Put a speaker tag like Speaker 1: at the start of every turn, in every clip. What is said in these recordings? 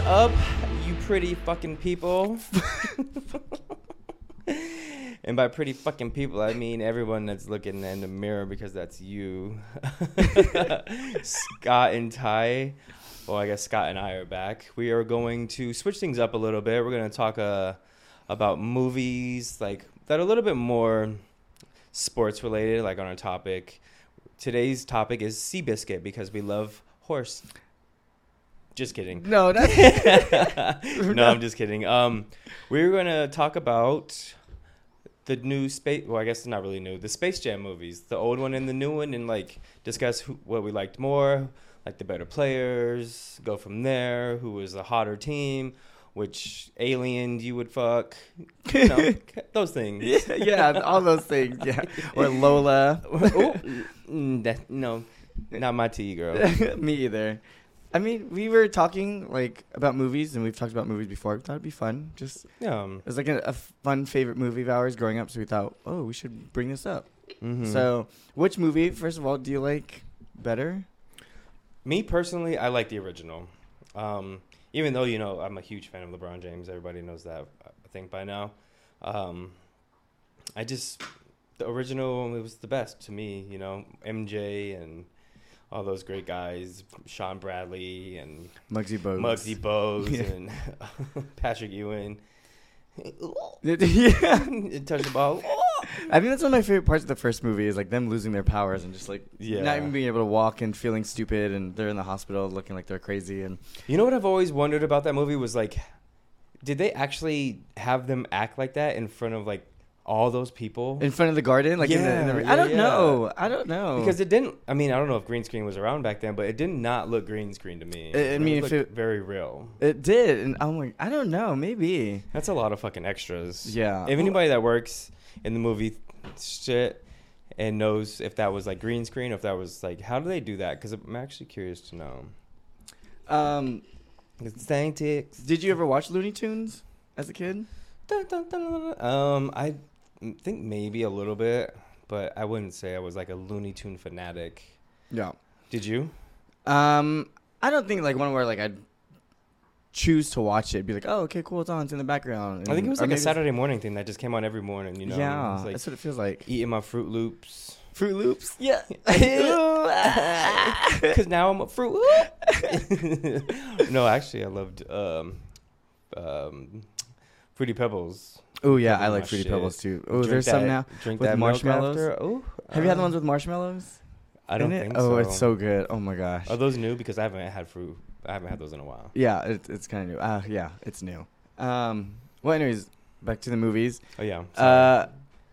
Speaker 1: up, you pretty fucking people? and by pretty fucking people, I mean everyone that's looking in the mirror because that's you. Scott and Ty. Well, I guess Scott and I are back. We are going to switch things up a little bit. We're going to talk uh, about movies like that are a little bit more sports related, like on our topic. Today's topic is Seabiscuit because we love horse. Just kidding.
Speaker 2: No, that's
Speaker 1: no, I'm just kidding. Um, we were going to talk about the new space. Well, I guess it's not really new. The Space Jam movies, the old one and the new one, and like discuss who, what we liked more, like the better players. Go from there. Who was the hotter team? Which alien you would fuck? You know, those things.
Speaker 2: yeah, all those things. Yeah, or Lola.
Speaker 1: Mm, that- no, not my tea, girl.
Speaker 2: Me either. I mean, we were talking like about movies, and we've talked about movies before. We thought it'd be fun. Just it
Speaker 1: Um,
Speaker 2: was like a, a fun favorite movie of ours growing up. So we thought, oh, we should bring this up.
Speaker 1: mhm.
Speaker 2: So, which movie, first of all, do you like better?
Speaker 1: Me personally, I like the original. Um, even though you know I'm a huge fan of LeBron James, everybody knows that I think by now. Um, I just the original it was the best to me. You know MJ and all those great guys, Sean Bradley and
Speaker 2: Muggsy Bogues.
Speaker 1: Muggsy Bogues
Speaker 2: Yeah.
Speaker 1: and Patrick Ewing.
Speaker 2: yeah.
Speaker 1: Touch the ball.
Speaker 2: I think that's one of my favorite parts of the first movie is like them losing their powers and just like
Speaker 1: Yeah.
Speaker 2: not even being able to walk and feeling stupid and they're in the hospital looking like they're crazy and
Speaker 1: You know what I've always wondered about that movie was like, did they actually have them act like that in front of like all those people?
Speaker 2: in front of the garden like in the, in
Speaker 1: Yeah,
Speaker 2: the
Speaker 1: yeah,
Speaker 2: I don't
Speaker 1: yeah.
Speaker 2: know I don't know
Speaker 1: Because it didn't. I mean, I don't know if green screen was around back then, but it did not look green screen to me.
Speaker 2: I- I mean, if
Speaker 1: looked
Speaker 2: it-
Speaker 1: very real.
Speaker 2: it did and I'm like I don't know maybe
Speaker 1: That's a lot of fucking extras.
Speaker 2: Yeah.
Speaker 1: If anybody that works in the movie shit and knows if that was like green screen, if that was like, how do they do that? Because I'm actually curious to know.
Speaker 2: um
Speaker 1: It's Scientists.
Speaker 2: did you ever watch Looney Tunes as a kid
Speaker 1: Dun, dun, dun, dun, dun. Um, I think maybe a little bit, but I wouldn't say I was like a Looney Tune fanatic.
Speaker 2: yeah
Speaker 1: Did you?
Speaker 2: um I don't think like one where like I'd choose to watch it be like oh okay cool it's on it's in the background
Speaker 1: I think it was
Speaker 2: or
Speaker 1: like
Speaker 2: maybe
Speaker 1: a
Speaker 2: it's-
Speaker 1: Saturday morning thing that just came on every morning. You know,
Speaker 2: Mm, yeah
Speaker 1: It's like-
Speaker 2: that's what it feels like
Speaker 1: eating my Fruit Loops.
Speaker 2: Fruit Loops yeah
Speaker 1: Cause now I'm a fruit. Loop. no, actually, I loved um, um, Fruity Pebbles.
Speaker 2: Oh yeah,
Speaker 1: Pebble
Speaker 2: I like
Speaker 1: Mush
Speaker 2: Fruity
Speaker 1: shit.
Speaker 2: Pebbles too. Oh,
Speaker 1: Drink
Speaker 2: there's
Speaker 1: that-
Speaker 2: some now.
Speaker 1: Drink
Speaker 2: with
Speaker 1: that milk
Speaker 2: marshmallows?
Speaker 1: after. Oh,
Speaker 2: Have you had the
Speaker 1: uh,
Speaker 2: ones with marshmallows?
Speaker 1: I don't
Speaker 2: in it?
Speaker 1: think so.
Speaker 2: Oh, it's so good. Oh my gosh.
Speaker 1: Are those new? Because I haven't had fruit. I haven't had those in a while.
Speaker 2: yeah, it, it's kind of new. Uh, yeah, it's new. Um, well, anyways, back to the movies.
Speaker 1: Oh yeah. I'm sorry.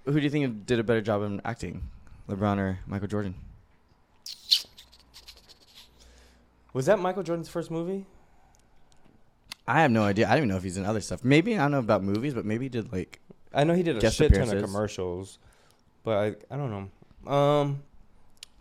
Speaker 2: Uh, who do you think did a better job in acting, LeBron or Michael Jordan?
Speaker 1: was that Michael Jordan's first movie?
Speaker 2: I have no idea. I don't even know if he's in other stuff. Maybe I don't know about movies, but maybe he did like
Speaker 1: I know he did a
Speaker 2: Guest
Speaker 1: shit ton of
Speaker 2: appearances.
Speaker 1: commercials, but I, I don't know. Um,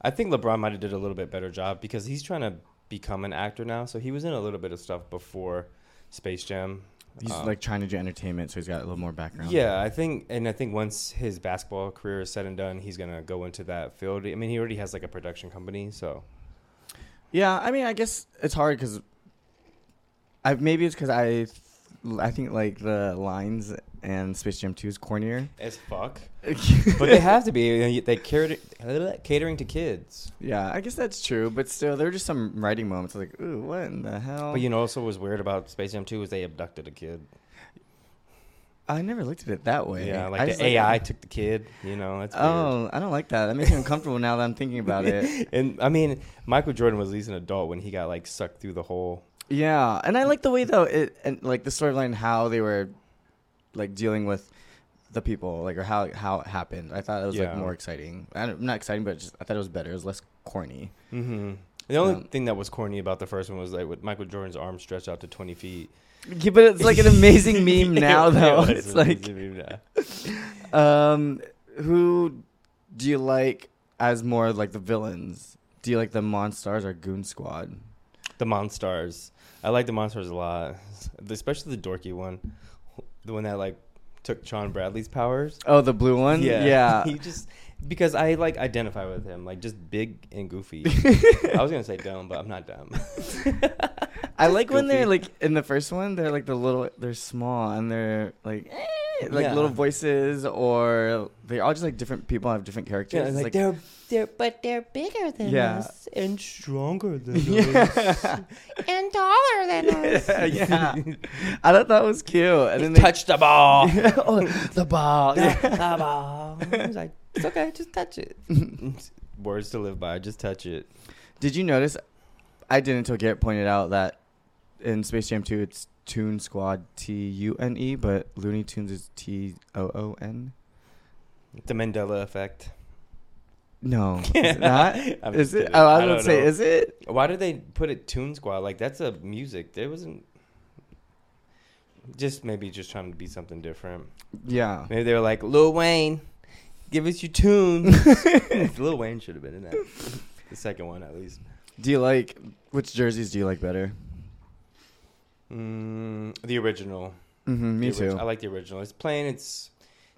Speaker 1: I think LeBron might have did a little bit better job because he's trying to become an actor now. So he was in a little bit of stuff before Space Jam.
Speaker 2: he's
Speaker 1: Um,
Speaker 2: like trying to do entertainment, so he's got a little more background.
Speaker 1: yeah, I think, and I think once his basketball career is said and done, he's gonna go into that field. I mean, he already has like a production company, so
Speaker 2: Yeah, I mean, I guess it's hard because I maybe it's because I, I think like the lines and Space Jam 2 is cornier.
Speaker 1: as fuck.
Speaker 2: but
Speaker 1: But they have to be. They cater catering to kids.
Speaker 2: yeah, I guess that's true. But still, there were just some writing moments like, ooh, what in the hell?
Speaker 1: But you know, also what was weird about Space Jam 2 was they abducted a kid.
Speaker 2: I never looked at it that way.
Speaker 1: Yeah,
Speaker 2: I
Speaker 1: like
Speaker 2: just
Speaker 1: the AI took the kid. You know, that's weird.
Speaker 2: Oh, I don't like that. That makes me uncomfortable now that I'm thinking about it.
Speaker 1: and I mean, Michael Jordan was at least an adult when he got like sucked through the hole.
Speaker 2: Yeah, and I like the way though it and like the storyline how they were like dealing with the people like or how how it happened. I thought it was like
Speaker 1: Yeah.
Speaker 2: more exciting. I don't, not exciting, but just, I thought it was better. It was less corny.
Speaker 1: Mm-hmm. The only
Speaker 2: Um,
Speaker 1: thing that was corny about the first one was like with Michael Jordan's arm stretched out to twenty feet.
Speaker 2: Yeah, but it's like an amazing meme now
Speaker 1: It
Speaker 2: though.
Speaker 1: was an
Speaker 2: It's like
Speaker 1: amazing meme now.
Speaker 2: um who do you like as more like the villains? Do you like the Monstars or Goon Squad?
Speaker 1: the Monstars. I like the Monstars a lot, especially the dorky one, the one that like took Sean Bradley's powers.
Speaker 2: Oh, the blue one? Yeah.
Speaker 1: he just because I like identify with him, like just big and goofy. I was gonna say dumb, but I'm not dumb.
Speaker 2: I like when
Speaker 1: goofy.
Speaker 2: they're like in the first one, they're like the little, they're small and they're like, eh, like
Speaker 1: Yeah.
Speaker 2: little voices, or they're all just like different people have different characters.
Speaker 1: Yeah,
Speaker 2: It's
Speaker 1: like,
Speaker 2: like-
Speaker 1: they're they're but they're bigger than
Speaker 2: Yeah.
Speaker 1: us and stronger than us
Speaker 2: yeah,
Speaker 1: and taller than us.
Speaker 2: yeah, I thought that was cute. And
Speaker 1: Just
Speaker 2: then they
Speaker 1: touch the ball.
Speaker 2: oh, the ball.
Speaker 1: Touch
Speaker 2: Yeah.
Speaker 1: the ball. It's like it's okay, just touch it. Words to live by. Just touch it.
Speaker 2: Did you notice? I did until Garrett pointed out that in Space Jam 2, it's Toon Squad T U N E, but Looney Tunes is T O O N.
Speaker 1: The Mandela effect.
Speaker 2: No, is it not.
Speaker 1: I'm
Speaker 2: Is
Speaker 1: just
Speaker 2: it?
Speaker 1: kidding.
Speaker 2: Oh, I
Speaker 1: I
Speaker 2: was gonna
Speaker 1: don't
Speaker 2: say,
Speaker 1: know.
Speaker 2: is it?
Speaker 1: Why did they put it Tune Squad? Like that's a music. There wasn't. Just maybe just trying to be something different.
Speaker 2: Yeah.
Speaker 1: Maybe they were like Lil Wayne, give us your tune. Lil Wayne should have been in that. The second one at least.
Speaker 2: Do you like which jerseys do you like better?
Speaker 1: Mm, the original.
Speaker 2: Mm-hmm, me
Speaker 1: The orig-
Speaker 2: too.
Speaker 1: I like the original. It's plain. It's,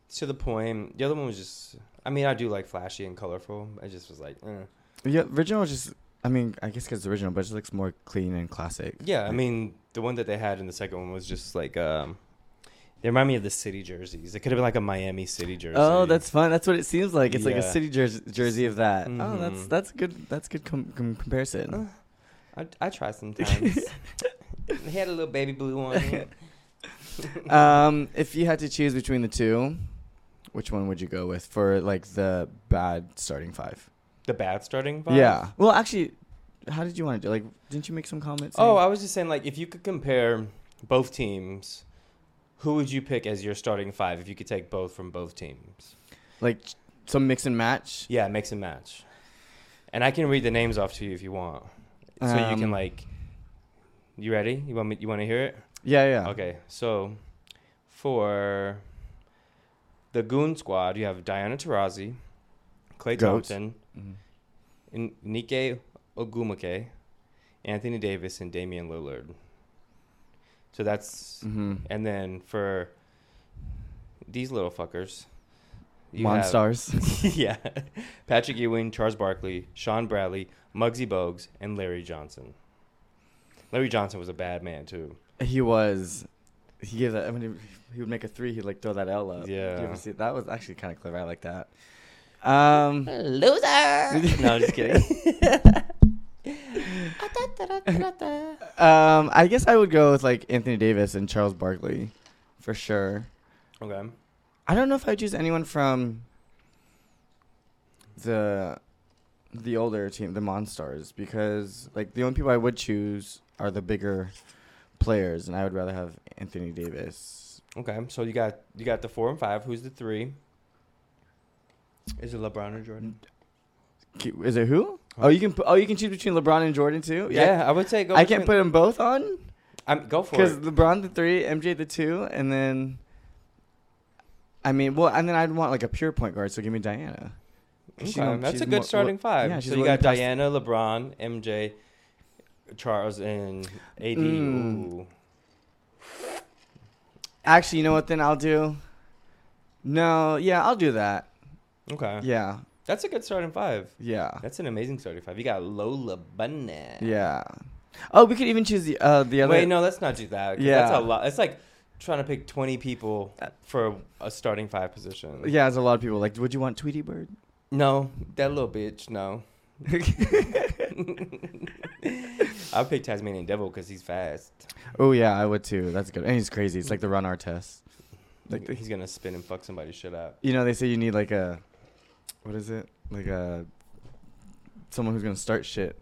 Speaker 1: it's to the point. The other one was just. I mean, I do like flashy and colorful. I just was like, eh.
Speaker 2: yeah, original is just. I mean, I guess 'cause it's original, but it just looks more clean and classic.
Speaker 1: yeah. I mean, the one that they had in the second one was just like. um They remind me of the city jerseys. It could have been like a Miami city jersey.
Speaker 2: Oh, that's fun. That's what it seems like. It's like
Speaker 1: Yeah.
Speaker 2: a city jersey, jersey of that. Oh, that's
Speaker 1: Mhm.
Speaker 2: that's good. That's good com- com- comparison.
Speaker 1: I, I try sometimes. they had a little baby blue on it.
Speaker 2: um, if you had to choose between the two, which one would you go with for like the bad starting five?
Speaker 1: The bad starting five?
Speaker 2: Yeah. Well, actually, how did you want to do? Like, didn't you make some comments?
Speaker 1: Oh,
Speaker 2: saying-
Speaker 1: I was just saying, like, if you could compare both teams, who would you pick as your starting five if you could take both from both teams?
Speaker 2: like some mix and match.
Speaker 1: Yeah, mix and match. And I can read the names off to you if you want. So you can,
Speaker 2: Um,
Speaker 1: like, you ready? You want me, You want to hear it?
Speaker 2: Yeah, yeah.
Speaker 1: Okay, so for the Goon Squad, you have Diana Taurasi, Clay
Speaker 2: Goat.
Speaker 1: Thompson,
Speaker 2: Mhm.
Speaker 1: N- Nike Ogumake, Anthony Davis, and Damian Lillard. So that's
Speaker 2: Mm-hmm.
Speaker 1: and then for these little fuckers, you have-
Speaker 2: Monstars.
Speaker 1: yeah, Patrick Ewing, Charles Barkley, Sean Bradley, Muggsy Bogues, and Larry Johnson. Larry Johnson was a bad man too.
Speaker 2: He was. He gave that. I mean, he would make a three. He'd like throw that L up.
Speaker 1: Yeah.
Speaker 2: You ever see that was actually kind of clever. I like that. Um.
Speaker 3: Loser!
Speaker 1: No, I'm just kidding. Ah,
Speaker 2: Um. I guess I would go with like Anthony Davis and Charles Barkley, for sure.
Speaker 1: Okay.
Speaker 2: I don't know if I would choose anyone from the the older team, the Monstars, because like the only people I would choose are the bigger players, and I would rather have Anthony Davis.
Speaker 1: Okay, so you got you got the four and five. Who's the three? Is it LeBron or Jordan?
Speaker 2: Ki- Is it who? Oh, you can pu- oh you can choose between LeBron and Jordan too.
Speaker 1: Yeah, I would say go.
Speaker 2: I can't put
Speaker 1: between-
Speaker 2: them both on
Speaker 1: I'm, go for
Speaker 2: because
Speaker 1: it.
Speaker 2: LeBron the three, MJ the two, and then I mean, well, and then I'd want like a pure point guard. So give me Diana. 'Cause she's
Speaker 1: Okay,
Speaker 2: gonna-
Speaker 1: that's
Speaker 2: she's
Speaker 1: a good
Speaker 2: more-
Speaker 1: starting five.
Speaker 2: yeah, she's
Speaker 1: so you
Speaker 2: willing
Speaker 1: got
Speaker 2: to pass-
Speaker 1: Diana, LeBron, MJ, Charles, and AD.
Speaker 2: Mm.
Speaker 1: Ooh.
Speaker 2: Actually, you know what? Then I'll do. No, yeah, I'll do that.
Speaker 1: Okay,
Speaker 2: Yeah,
Speaker 1: that's a good starting five.
Speaker 2: yeah,
Speaker 1: That's an amazing starting five. You got Lola Bunny.
Speaker 2: yeah. Oh, we could even choose the uh, the other.
Speaker 1: Wait, no, let's not do that. Yeah. That's
Speaker 2: Yeah. Uh,
Speaker 1: a lot. It's like trying to pick 20 people for a starting five position.
Speaker 2: Yeah, there's a lot of people like. Would you want Tweety Bird?
Speaker 1: No, that little bitch. No. I pick Tasmanian Devil because he's fast.
Speaker 2: Oh yeah, I would too. That's good. And he's crazy. It's like the Ron Artest. Like the,
Speaker 1: he's gonna spin and fuck somebody's shit up.
Speaker 2: you know, they say you need like a, what is it? Like a, someone who's gonna start shit,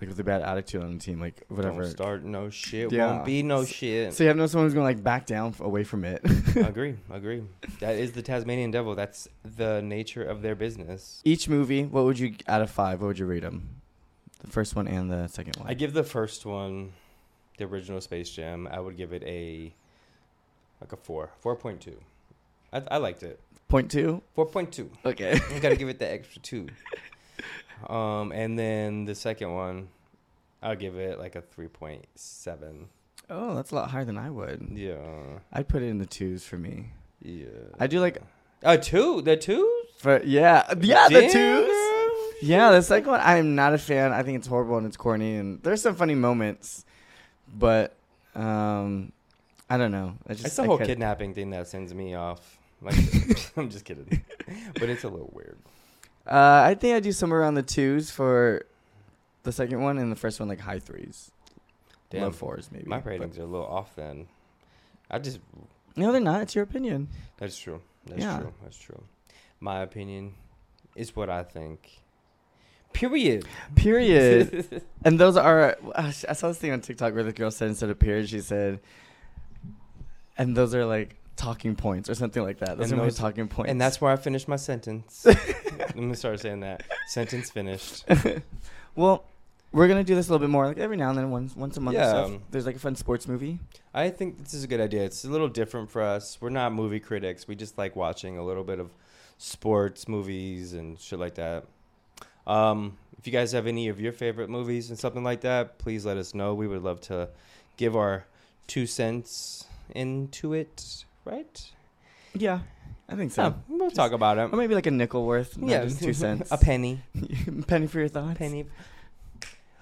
Speaker 2: like with a bad attitude on the team, like whatever.
Speaker 1: Don't start no shit.
Speaker 2: Yeah.
Speaker 1: Won't be no shit.
Speaker 2: So you have no someone who's gonna like back down f- away from it.
Speaker 1: agree. Agree. That is the Tasmanian Devil. That's the nature of their business.
Speaker 2: Each movie, what would you out of five? What would you rate them? The first one and the second one.
Speaker 1: I give the first one, the original Space Jam. I would give it a like a four, four point two. I, I liked it.
Speaker 2: Point two.
Speaker 1: Four point two.
Speaker 2: Okay.
Speaker 1: You gotta give it the extra two. Um, and then the second one, I'll give it like a three point seven.
Speaker 2: Oh, that's a lot higher than I would.
Speaker 1: Yeah,
Speaker 2: I'd put it in the twos for me.
Speaker 1: yeah.
Speaker 2: I do like
Speaker 1: a two. The two.
Speaker 2: for yeah, yeah, the
Speaker 1: Damn,
Speaker 2: twos.
Speaker 1: girl.
Speaker 2: Yeah, the second one. I'm not a fan. I think it's horrible and it's corny. And there's some funny moments, but um, I don't know. I just
Speaker 1: it's the
Speaker 2: I
Speaker 1: whole
Speaker 2: kinda-
Speaker 1: kidnapping thing that sends me off. Like, I'm just kidding, but it's a little weird.
Speaker 2: Uh, I think I do somewhere around the twos for the second one, and the first one like high threes,
Speaker 1: Damn,
Speaker 2: low fours maybe.
Speaker 1: my
Speaker 2: but-
Speaker 1: ratings are a little off. Then I just
Speaker 2: no, they're not. It's your opinion.
Speaker 1: that's true. That's
Speaker 2: Yeah.
Speaker 1: true. That's true. My opinion is what I think. Period.
Speaker 2: Period. and those are. I saw this thing on TikTok where the girl said instead of period, she said, and those are like talking points or something like that. Those
Speaker 1: And
Speaker 2: are
Speaker 1: those-
Speaker 2: my talking points.
Speaker 1: And that's where I finished my sentence. Let me start saying that. Sentence finished.
Speaker 2: well, we're gonna do this a little bit more, like every now and then, once once a month.
Speaker 1: Yeah,
Speaker 2: Yeah. Stuff.
Speaker 1: um,
Speaker 2: There's like a fun sports movie.
Speaker 1: I think this is a good idea. It's a little different for us. We're not movie critics. We just like watching a little bit of sports movies and shit like that. Um, if you guys have any of your favorite movies and something like that, please let us know. We would love to give our two cents into it, right?
Speaker 2: Yeah, I think so.
Speaker 1: So we'll talk about it.
Speaker 2: Or maybe like a nickel worth. Yeah, just two cents.
Speaker 1: a penny.
Speaker 2: penny for your thoughts.
Speaker 1: Penny.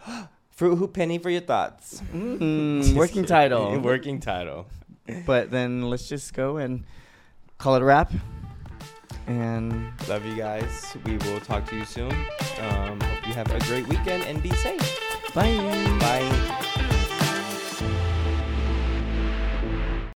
Speaker 1: Fruit hoop penny for your thoughts.
Speaker 2: Mm,
Speaker 1: Just
Speaker 2: working
Speaker 1: kidding.
Speaker 2: title.
Speaker 1: working title.
Speaker 2: But then let's just go and call it a wrap. And
Speaker 1: Love you guys. We will talk to you soon. Um, hope you have a great weekend and be safe.
Speaker 2: bye.
Speaker 1: Bye.